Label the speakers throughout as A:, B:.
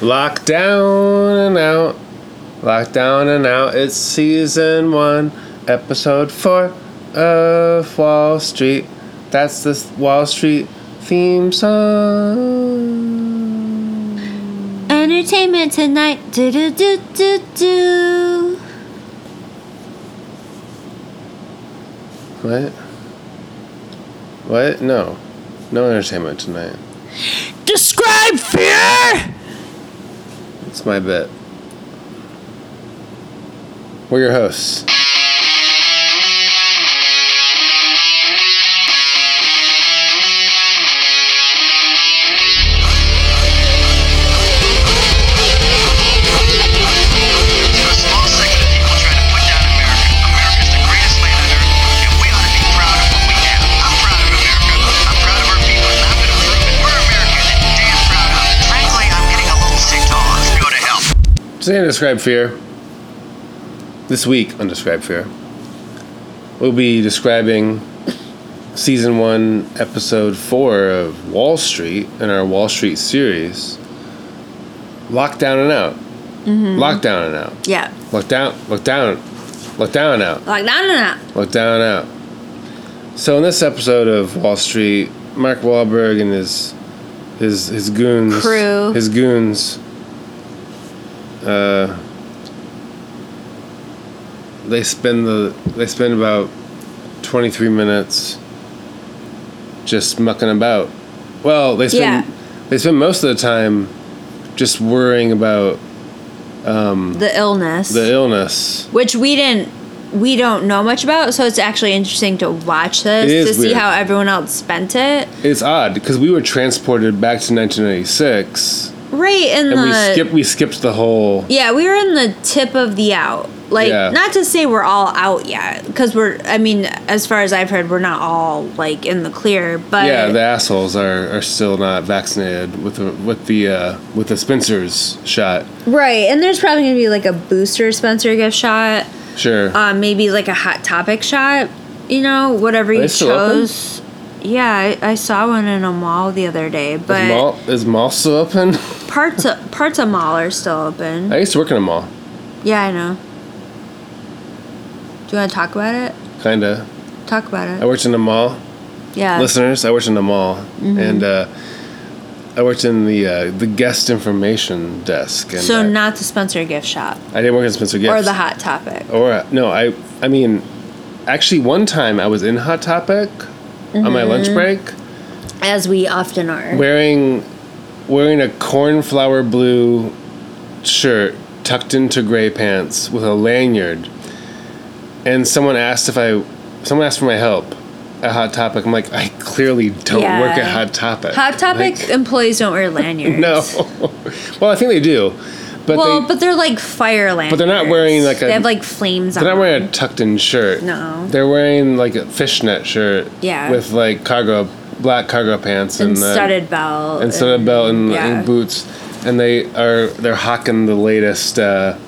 A: Locked down and out. Locked down and out. It's season one, episode four of Wall Street. That's the Wall Street theme song.
B: Entertainment tonight. Do do do do do.
A: What? What? No. No entertainment tonight.
B: Describe fear.
A: It's my bit. We're your hosts.
C: There's a small segment of people trying to put down America. America's the greatest land on earth, and we ought to be proud of what we have. I'm proud of America. I'm proud of our people, and I'm going to prove it. We're American, and damn proud of it. Frankly, I'm getting a little sick to all this. Go to hell.
A: Today on Describe Fear, this week on Describe Fear, we'll be describing season one, episode four of Wall Street in our Wall Street series. Lockdown and out. Lockdown and out.
B: Yeah.
A: Look down, look down, look down and out.
B: Like no no no.
A: Look down and out. So in this episode of Wall Street, Mark Wahlberg and his his his goons
B: Crew.
A: his goons uh they spend the they spend about 23 minutes just mucking about. Well, they spend they spend most of the time just worrying about
B: The illness.
A: the illness.
B: which we didn't we don't know much about so it's actually interesting to watch
A: It is
B: this to see
A: weird.
B: how everyone else spent it
A: It's odd because we were transported back to 1996,
B: right in
A: and we
B: the
A: skipped we skipped the whole.
B: yeah we were in the tip of the out like
A: Yeah.
B: not to say we're all out yet because we're i mean as far as i've heard we're not all like in the clear but
A: Yeah, the assholes are, are still not vaccinated with the with the uh, with the Spencer's shot.
B: right and there's probably gonna be like a booster spencer gift shot
A: Sure,
B: uh, maybe like a hot topic shot you know whatever
A: they
B: you
A: still open?
B: chose yeah I, I saw one in a mall the other day but
A: is mall is mall still open?
B: Parts of, parts of mall are still open.
A: I used to work in a mall,
B: Yeah, I know. Do you want to talk about it?
A: kinda.
B: Talk about
A: I
B: it.
A: worked in a mall,
B: Yeah.
A: listeners. I worked in a mall,
B: Mm-hmm.
A: and uh, I worked in the uh, the guest information desk. And
B: So
A: I,
B: not the Spencer gift shop
A: I didn't work at Spencer Gifts
B: or the Hot Topic.
A: Or uh, no, I I mean, actually, one time I was in Hot Topic on my
B: Mm-hmm.
A: lunch break,
B: As we often are.
A: wearing wearing a cornflower blue shirt tucked into gray pants with a lanyard, and someone asked if I someone asked for my help at Hot Topic. I'm like, I clearly don't
B: Yeah.
A: work at Hot Topic.
B: Hot Topic
A: Like,
B: employees don't wear lanyards.
A: no. well, I think they do, but
B: Well,
A: they
B: but they're like fire lanyards.
A: they're not wearing, like, a-
B: They have like flames on.
A: They're not wearing a
B: them.
A: tucked in shirt.
B: No.
A: They're wearing like a fishnet shirt.
B: Yeah.
A: With like cargo, black cargo pants and,
B: and
A: uh,
B: studded belt.
A: and studded belt and,
B: yeah.
A: and boots, and they are they're hawking the latest uh,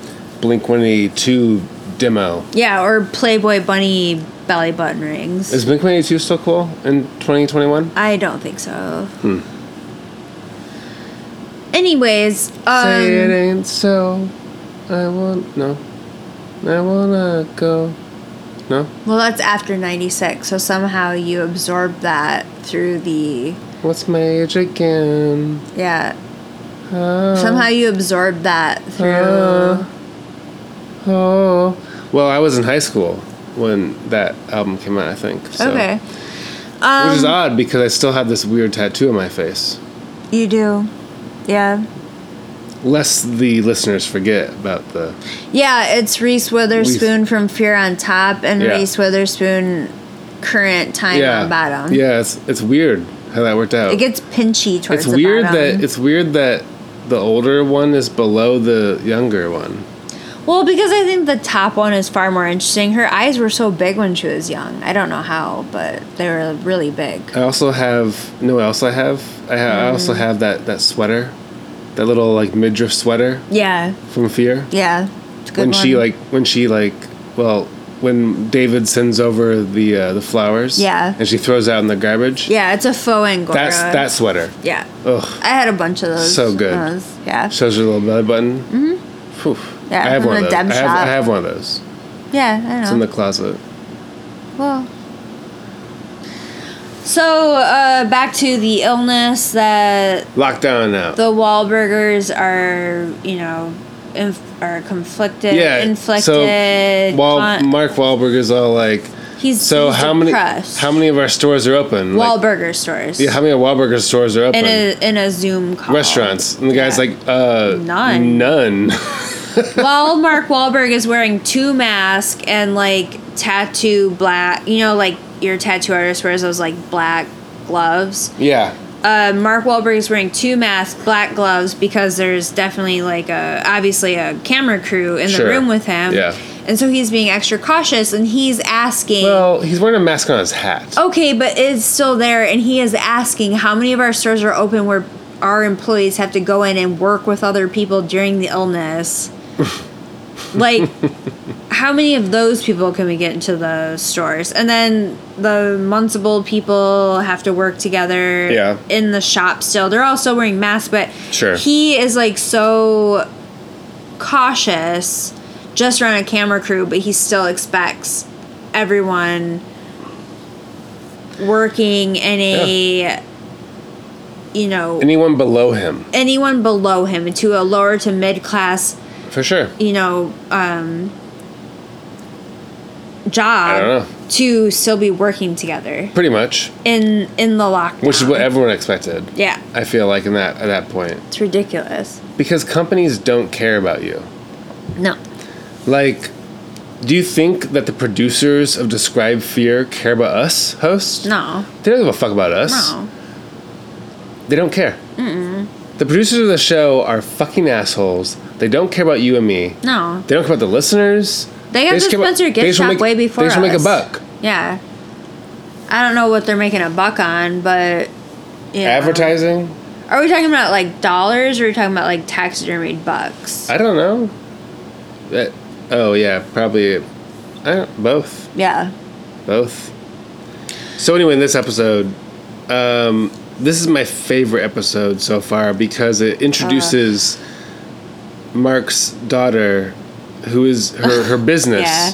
A: Blink One Eighty Two demo.
B: Yeah, or Playboy bunny belly button rings.
A: Is Blink One Eighty Two still cool in twenty twenty one?
B: I don't think so.
A: Hmm.
B: Anyways,
A: Say it
B: um,
A: ain't so. I want no. I wanna go. No.
B: well, that's after 96, so somehow you absorb that through the.
A: What's my age again?
B: Yeah.
A: Oh.
B: Somehow you absorb that through.
A: Uh. Oh. Well, I was in high school when that album came out, I think. so-
B: okay.
A: Which is
B: Um,
A: odd because I still have this weird tattoo on my face.
B: you do. Yeah.
A: Lest the listeners forget about the.
B: Yeah, it's Reese Witherspoon from Fear on Top and
A: Yeah.
B: Reese Witherspoon current time
A: Yeah.
B: on bottom.
A: Yeah, it's, it's weird how that worked out.
B: It gets pinchy towards
A: it's
B: the
A: weird
B: bottom.
A: that it's weird that the older one is below the younger one.
B: Well, because I think the top one is far more interesting. Her eyes were so big when she was young. I don't know how, but they were really big.
A: I also have no. I also have. I, ha- I
B: Mm.
A: also have that that sweater, that little like midriff sweater
B: Yeah,
A: from Fear.
B: yeah. It's a good
A: when she
B: one.
A: like when she like well when David sends over the uh, the flowers.
B: Yeah.
A: And she throws out in the garbage.
B: Yeah, it's a faux angora.
A: That's that sweater.
B: Yeah.
A: Ugh.
B: I had a bunch of those.
A: So good.
B: when I was- yeah.
A: Shows her little belly button. Mm-hmm. Phew.
B: Yeah,
A: I have
B: from
A: one of
B: the
A: those. I
B: Deb
A: have, I
B: shop. Oh.
A: have one of those.
B: yeah, I know.
A: It's in the closet.
B: Well. So uh, back to the illness that
A: Locked down now.
B: the Wahlburgers are, you know, inf- are conflicted, inflicted.
A: So, Wal-
B: con-
A: Mark Wahlberg is all like,
B: he's
A: so
B: he's
A: how many
B: depressed.
A: how many of our stores are open? Like,
B: Wahlburger stores?
A: yeah, how many Wahlburger stores are open?
B: in a in a Zoom call.
A: Restaurants. And the guy's
B: Yeah.
A: like, uh,
B: None.
A: None.
B: while Mark Wahlberg is wearing two masks and like tattoo black, you know, like your tattoo artist wears those like black gloves.
A: yeah.
B: Uh, Mark Wahlberg is wearing two masks, black gloves, because there's definitely like a obviously a camera crew in
A: Sure.
B: the room with him.
A: Yeah.
B: And so he's being extra cautious, and he's asking.
A: Well, he's wearing a mask on his hat.
B: okay, but it's still there, and he is asking how many of our stores are open where our employees have to go in and work with other people during the illness. like, how many of those people can we get into the stores? And then the Munsible people have to work together
A: Yeah.
B: in the shop still. They're all still wearing masks, but
A: Sure.
B: he is like so cautious just around a camera crew, but he still expects everyone working in a you know
A: Anyone below him,
B: anyone below him to a lower to mid class
A: for sure.
B: you know um job
A: I don't know.
B: to still be working together
A: Pretty much,
B: in in the lockdown
A: which is what everyone expected.
B: yeah
A: I feel like in that at that point
B: it's ridiculous
A: because companies don't care about you.
B: no
A: Like, do you think that the producers of Describe Fear care about us, hosts?
B: no
A: They don't give a fuck about us.
B: no
A: They don't care. Mm-mm. The producers of the show are fucking assholes. They don't care about you and me.
B: no
A: They don't care about the listeners.
B: They got
A: just
B: to
A: care about-
B: sponsor
A: they
B: gift
A: just wanna make-
B: shop way before
A: They just wanna
B: us.
A: make a buck.
B: Yeah, I don't know what they're making a buck on, but yeah.
A: Advertising?
B: Are we talking about like dollars, or are we talking about like taxidermied bucks?
A: I don't know. That- oh yeah, probably. I don't, both.
B: yeah,
A: both. So anyway, in this episode, um, this is my favorite episode so far because it introduces Mark's daughter, who is her her business.
B: Yeah.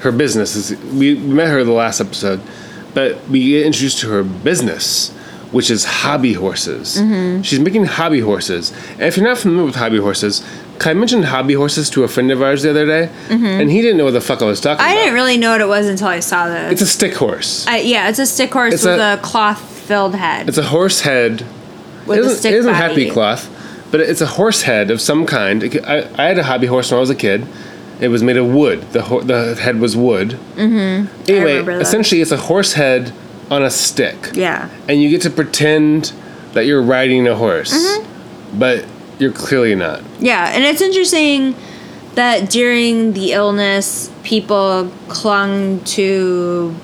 A: Her business is we met her the last episode, but we get introduced to her business, which is hobby horses.
B: Mm-hmm.
A: She's making hobby horses, and if you're not familiar with hobby horses. I mentioned hobby horses to a friend of ours the other day, and he didn't know what the fuck I was talking
B: Mm-hmm. I
A: about.
B: didn't really know what it was until I saw this.
A: It's a stick horse.
B: I- yeah, it's a stick horse
A: It's
B: with
A: a-
B: a, cloth-filled head.
A: It's a horse head.
B: with
A: it isn't,
B: a stick
A: it isn't
B: body.
A: happy cloth, but it's a horse head of some kind. It c- I, I had a hobby horse when I was a kid. It was made of wood. The ho- the head was wood. Mm-hmm.
B: remember
A: Anyway,
B: that.
A: essentially, it's a horse head on a stick,
B: Yeah,
A: and you get to pretend that you're riding a horse,
B: Mm-hmm.
A: but you're clearly not.
B: yeah, and it's interesting that during the illness, people clung to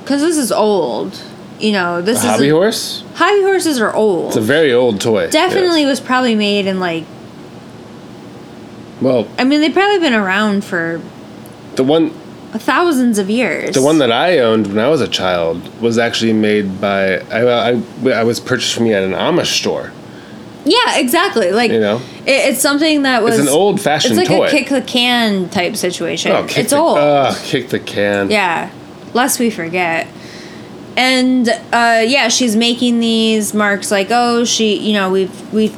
B: because this is old. You know, this
A: A
B: is
A: hobby horse.
B: Hobby horses are old.
A: It's a very old toy.
B: Definitely
A: Yes.
B: was probably made in like
A: Well,
B: I mean they've probably been around for
A: the one
B: thousands of years.
A: The one that I owned when I was a child was actually made by I, I, I was purchased from me at an Amish store.
B: yeah, exactly. Like
A: You know?
B: it, it's something that was
A: It's an old-fashioned
B: It's like
A: toy.
B: a kick the can type situation.
A: kick
B: it's
A: the,
B: old.
A: Oh, kick the can.
B: Yeah, lest we forget. And uh, yeah, she's making these marks like, oh, she, you know, we've we've.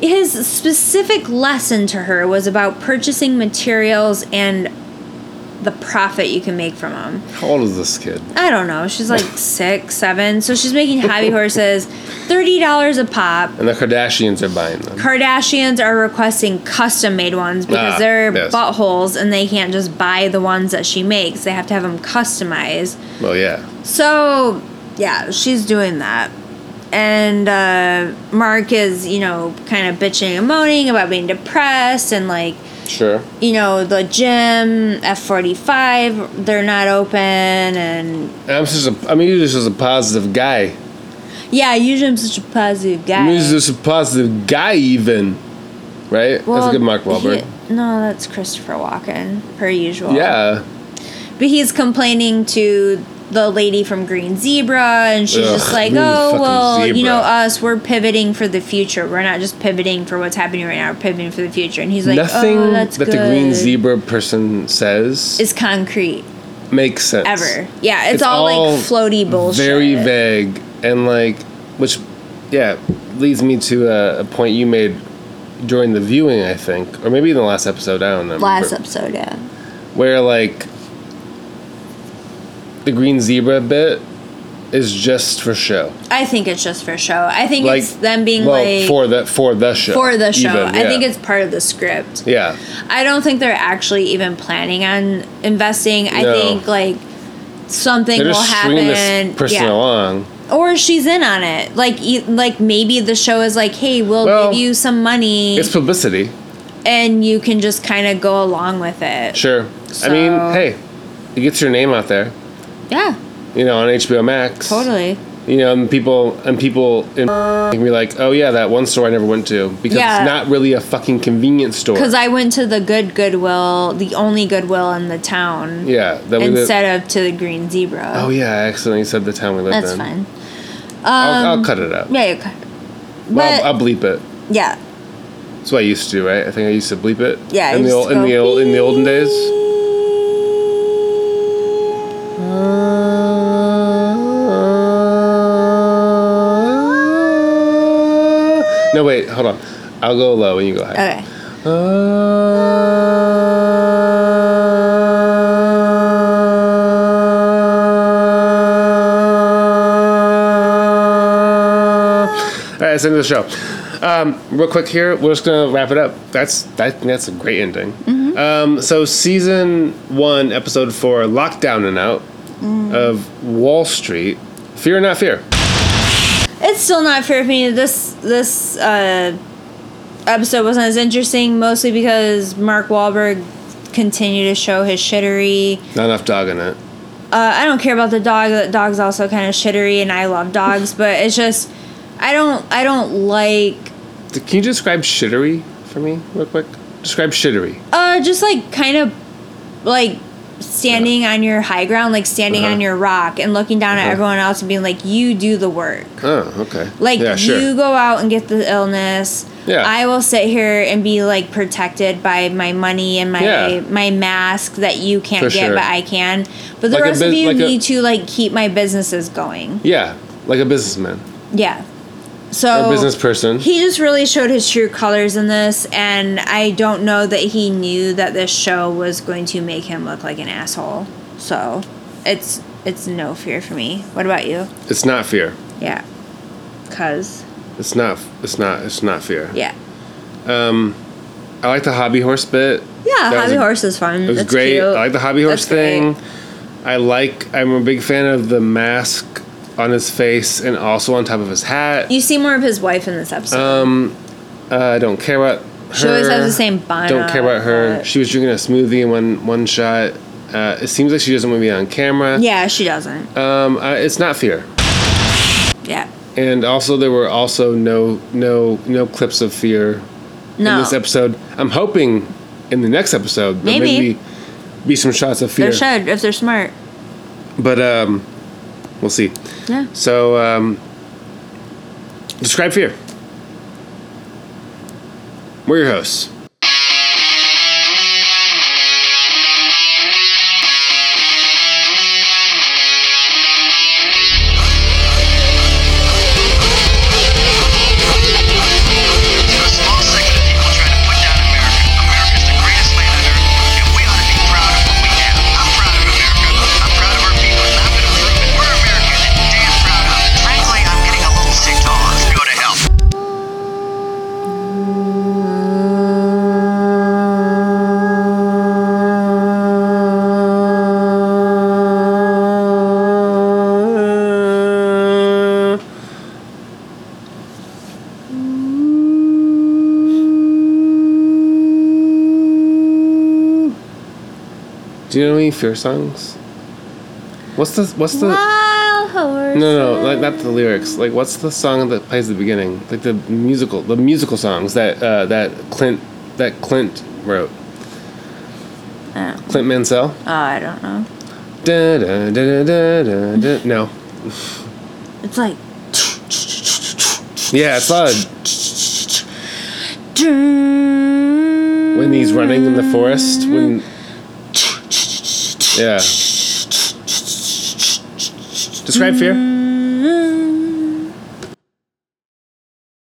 B: His specific lesson to her was about purchasing materials and the profit you can make from them.
A: How old is this kid?
B: I don't know. She's like six, seven. So she's making hobby horses, thirty dollars a pop.
A: And the Kardashians are buying them.
B: Kardashians are requesting custom made ones because
A: Ah,
B: they're
A: yes.
B: buttholes and they can't just buy the ones that she makes. They have to have them customized.
A: Well, yeah.
B: So, yeah, she's doing that. And uh, Mark is, you know, kind of bitching and moaning about being depressed and like,
A: Sure.
B: you know, the gym, F45, they're not open. And
A: I'm just a, I'm usually just a positive guy.
B: yeah, usually I'm such a positive guy.
A: I'm usually just a positive guy, even. Right? That's a good Mark Wahlberg.
B: he- no, that's Christopher Walken, per usual.
A: yeah.
B: But he's complaining to the lady from Green Zebra, and she's
A: Ugh,
B: just like,
A: Green
B: "Oh
A: fucking
B: well, you know
A: Zebra."
B: us. We're pivoting for the future. We're not just pivoting for what's happening right now. We're pivoting for the future." And he's like,
A: Nothing
B: "Oh,
A: that
B: that's
A: the green
B: good."
A: zebra person says
B: is concrete
A: makes sense.
B: ever. Yeah, it's,
A: It's
B: all,
A: all
B: like floaty bullshit.
A: Very vague and like, which, yeah, leads me to a, a point you made during the viewing, I think, or maybe in the last episode. I don't know.
B: Last e-, episode, yeah.
A: where like the green zebra bit is just for show.
B: I think it's just for show. I think
A: Like
B: it's them being
A: well,
B: like for,
A: for the for the show.
B: the show.
A: even,
B: I
A: yeah.
B: think it's part of the script.
A: yeah.
B: I don't think they're actually even planning on investing. I
A: No.
B: think like something
A: They're
B: will
A: just stringing
B: happen.
A: this person
B: yeah.
A: along.
B: Or she's in on it. Like e- like maybe the show is like, "Hey, we'll
A: Well,
B: give you some money
A: It's publicity,
B: and you can just kind of go along with it."
A: sure. I mean,
B: So-
A: hey, it gets your name out there,
B: Yeah,
A: you know, on HBO Max.
B: totally.
A: You know, and people and people in can be like, oh yeah, that one store I never went to because
B: Yeah.
A: it's not really a fucking convenience store.
B: Cuz I went to the good Goodwill, the only Goodwill in the town.
A: yeah, that we live.
B: instead of to the green zebra.
A: Oh yeah, I accidentally said the town we lived
B: that's
A: in.
B: fine. Um,
A: I'll, I'll cut it out.
B: Yeah, you cut.
A: well,
B: But
A: I'll, I'll bleep it.
B: yeah,
A: That's what I used to do, right? I think I used to bleep it.
B: yeah.
A: In
B: you
A: the
B: just
A: old, in
B: go
A: the old, in the olden days.
B: beep.
A: No, wait, hold on. I'll go low and you go high.
B: Okay.
A: Uh, All right, that's the end of the show. Um, real quick here, we're just gonna wrap it up. That's I think that's a great ending. Um, so season one, episode four, lockdown and out of Wall Street. Fear not fear.
B: It's still not fair for me. This this uh, episode wasn't as interesting, mostly because Mark Wahlberg continued to show his shittery.
A: Not enough dog in it.
B: Uh, I don't care about the dog. The dog's also kind of shittery, and I love dogs, but it's just I don't I don't like
A: D- Can you describe shittery for me, real quick? Describe shittery.
B: Uh, just like kind of like standing on your high ground, like standing
A: Uh-huh.
B: on your rock and looking down at
A: Uh-huh.
B: everyone else and being like, you do the work.
A: Oh, okay.
B: Like
A: yeah, sure.
B: you go out and get the illness.
A: Yeah.
B: I will sit here and be like protected by my money and my
A: Yeah.
B: my mask that you can't
A: For
B: get
A: sure.
B: but I can. But the
A: Like a
B: rest of
A: bus-
B: you
A: like a-
B: need to like keep my businesses going.
A: yeah, like a businessman.
B: Yeah.
A: a
B: So
A: business person.
B: Oh. he just really showed his true colors in this, and I don't know that he knew that this show was going to make him look like an asshole. So, it's it's no fear for me. What about you?
A: it's not fear.
B: Yeah, cause
A: It's not. It's not. It's not fear.
B: yeah,
A: I like the hobby horse bit.
B: yeah.
A: That was
B: hobby
A: a-
B: horse is fun.
A: It was
B: That's
A: great.
B: Cute.
A: I like the hobby horse
B: That's great.
A: thing. I like. I'm a big fan of the mask on his face and also on top of his hat.
B: You see more of his wife in this episode.
A: Uh, I don't care about. Her.
B: She always has the same bun
A: Don't care about
B: on,
A: her.
B: but-
A: She was drinking a smoothie in one one shot. Uh, it seems like she doesn't want to be on camera.
B: yeah, she doesn't.
A: Um, uh, it's not fear.
B: yeah,
A: And also, there were also no no no clips of fear in
B: no.
A: this episode. I'm hoping in the next episode there
B: Maybe.
A: maybe be some shots of fear.
B: They're should if they're smart.
A: But um, we'll see.
B: Yeah.
A: So um, describe fear. We're your hosts.
C: A small section of people try to put down America. America's the greatest land on earth, and we ought to be proud of what we have. I'm proud of America. I'm proud of our people, and I'm going to prove it. We're Americans, and damn proud of it. Frankly, I'm getting a little sick to all this. Go to hell.
A: Do you know any fear songs? What's the what's the
B: Wild horse.
A: no no like not the lyrics like what's the song that plays at the beginning like the musical the musical songs that uh, that Clint that Clint wrote
B: Oh.
A: Clint Mansell
B: Oh, I don't know.
A: Da, da, da, da, da, da. No.
B: It's like.
A: Yeah, it's loud. When
B: When
A: he's running in the forest, when. Yeah. Describe fear.
B: Mm,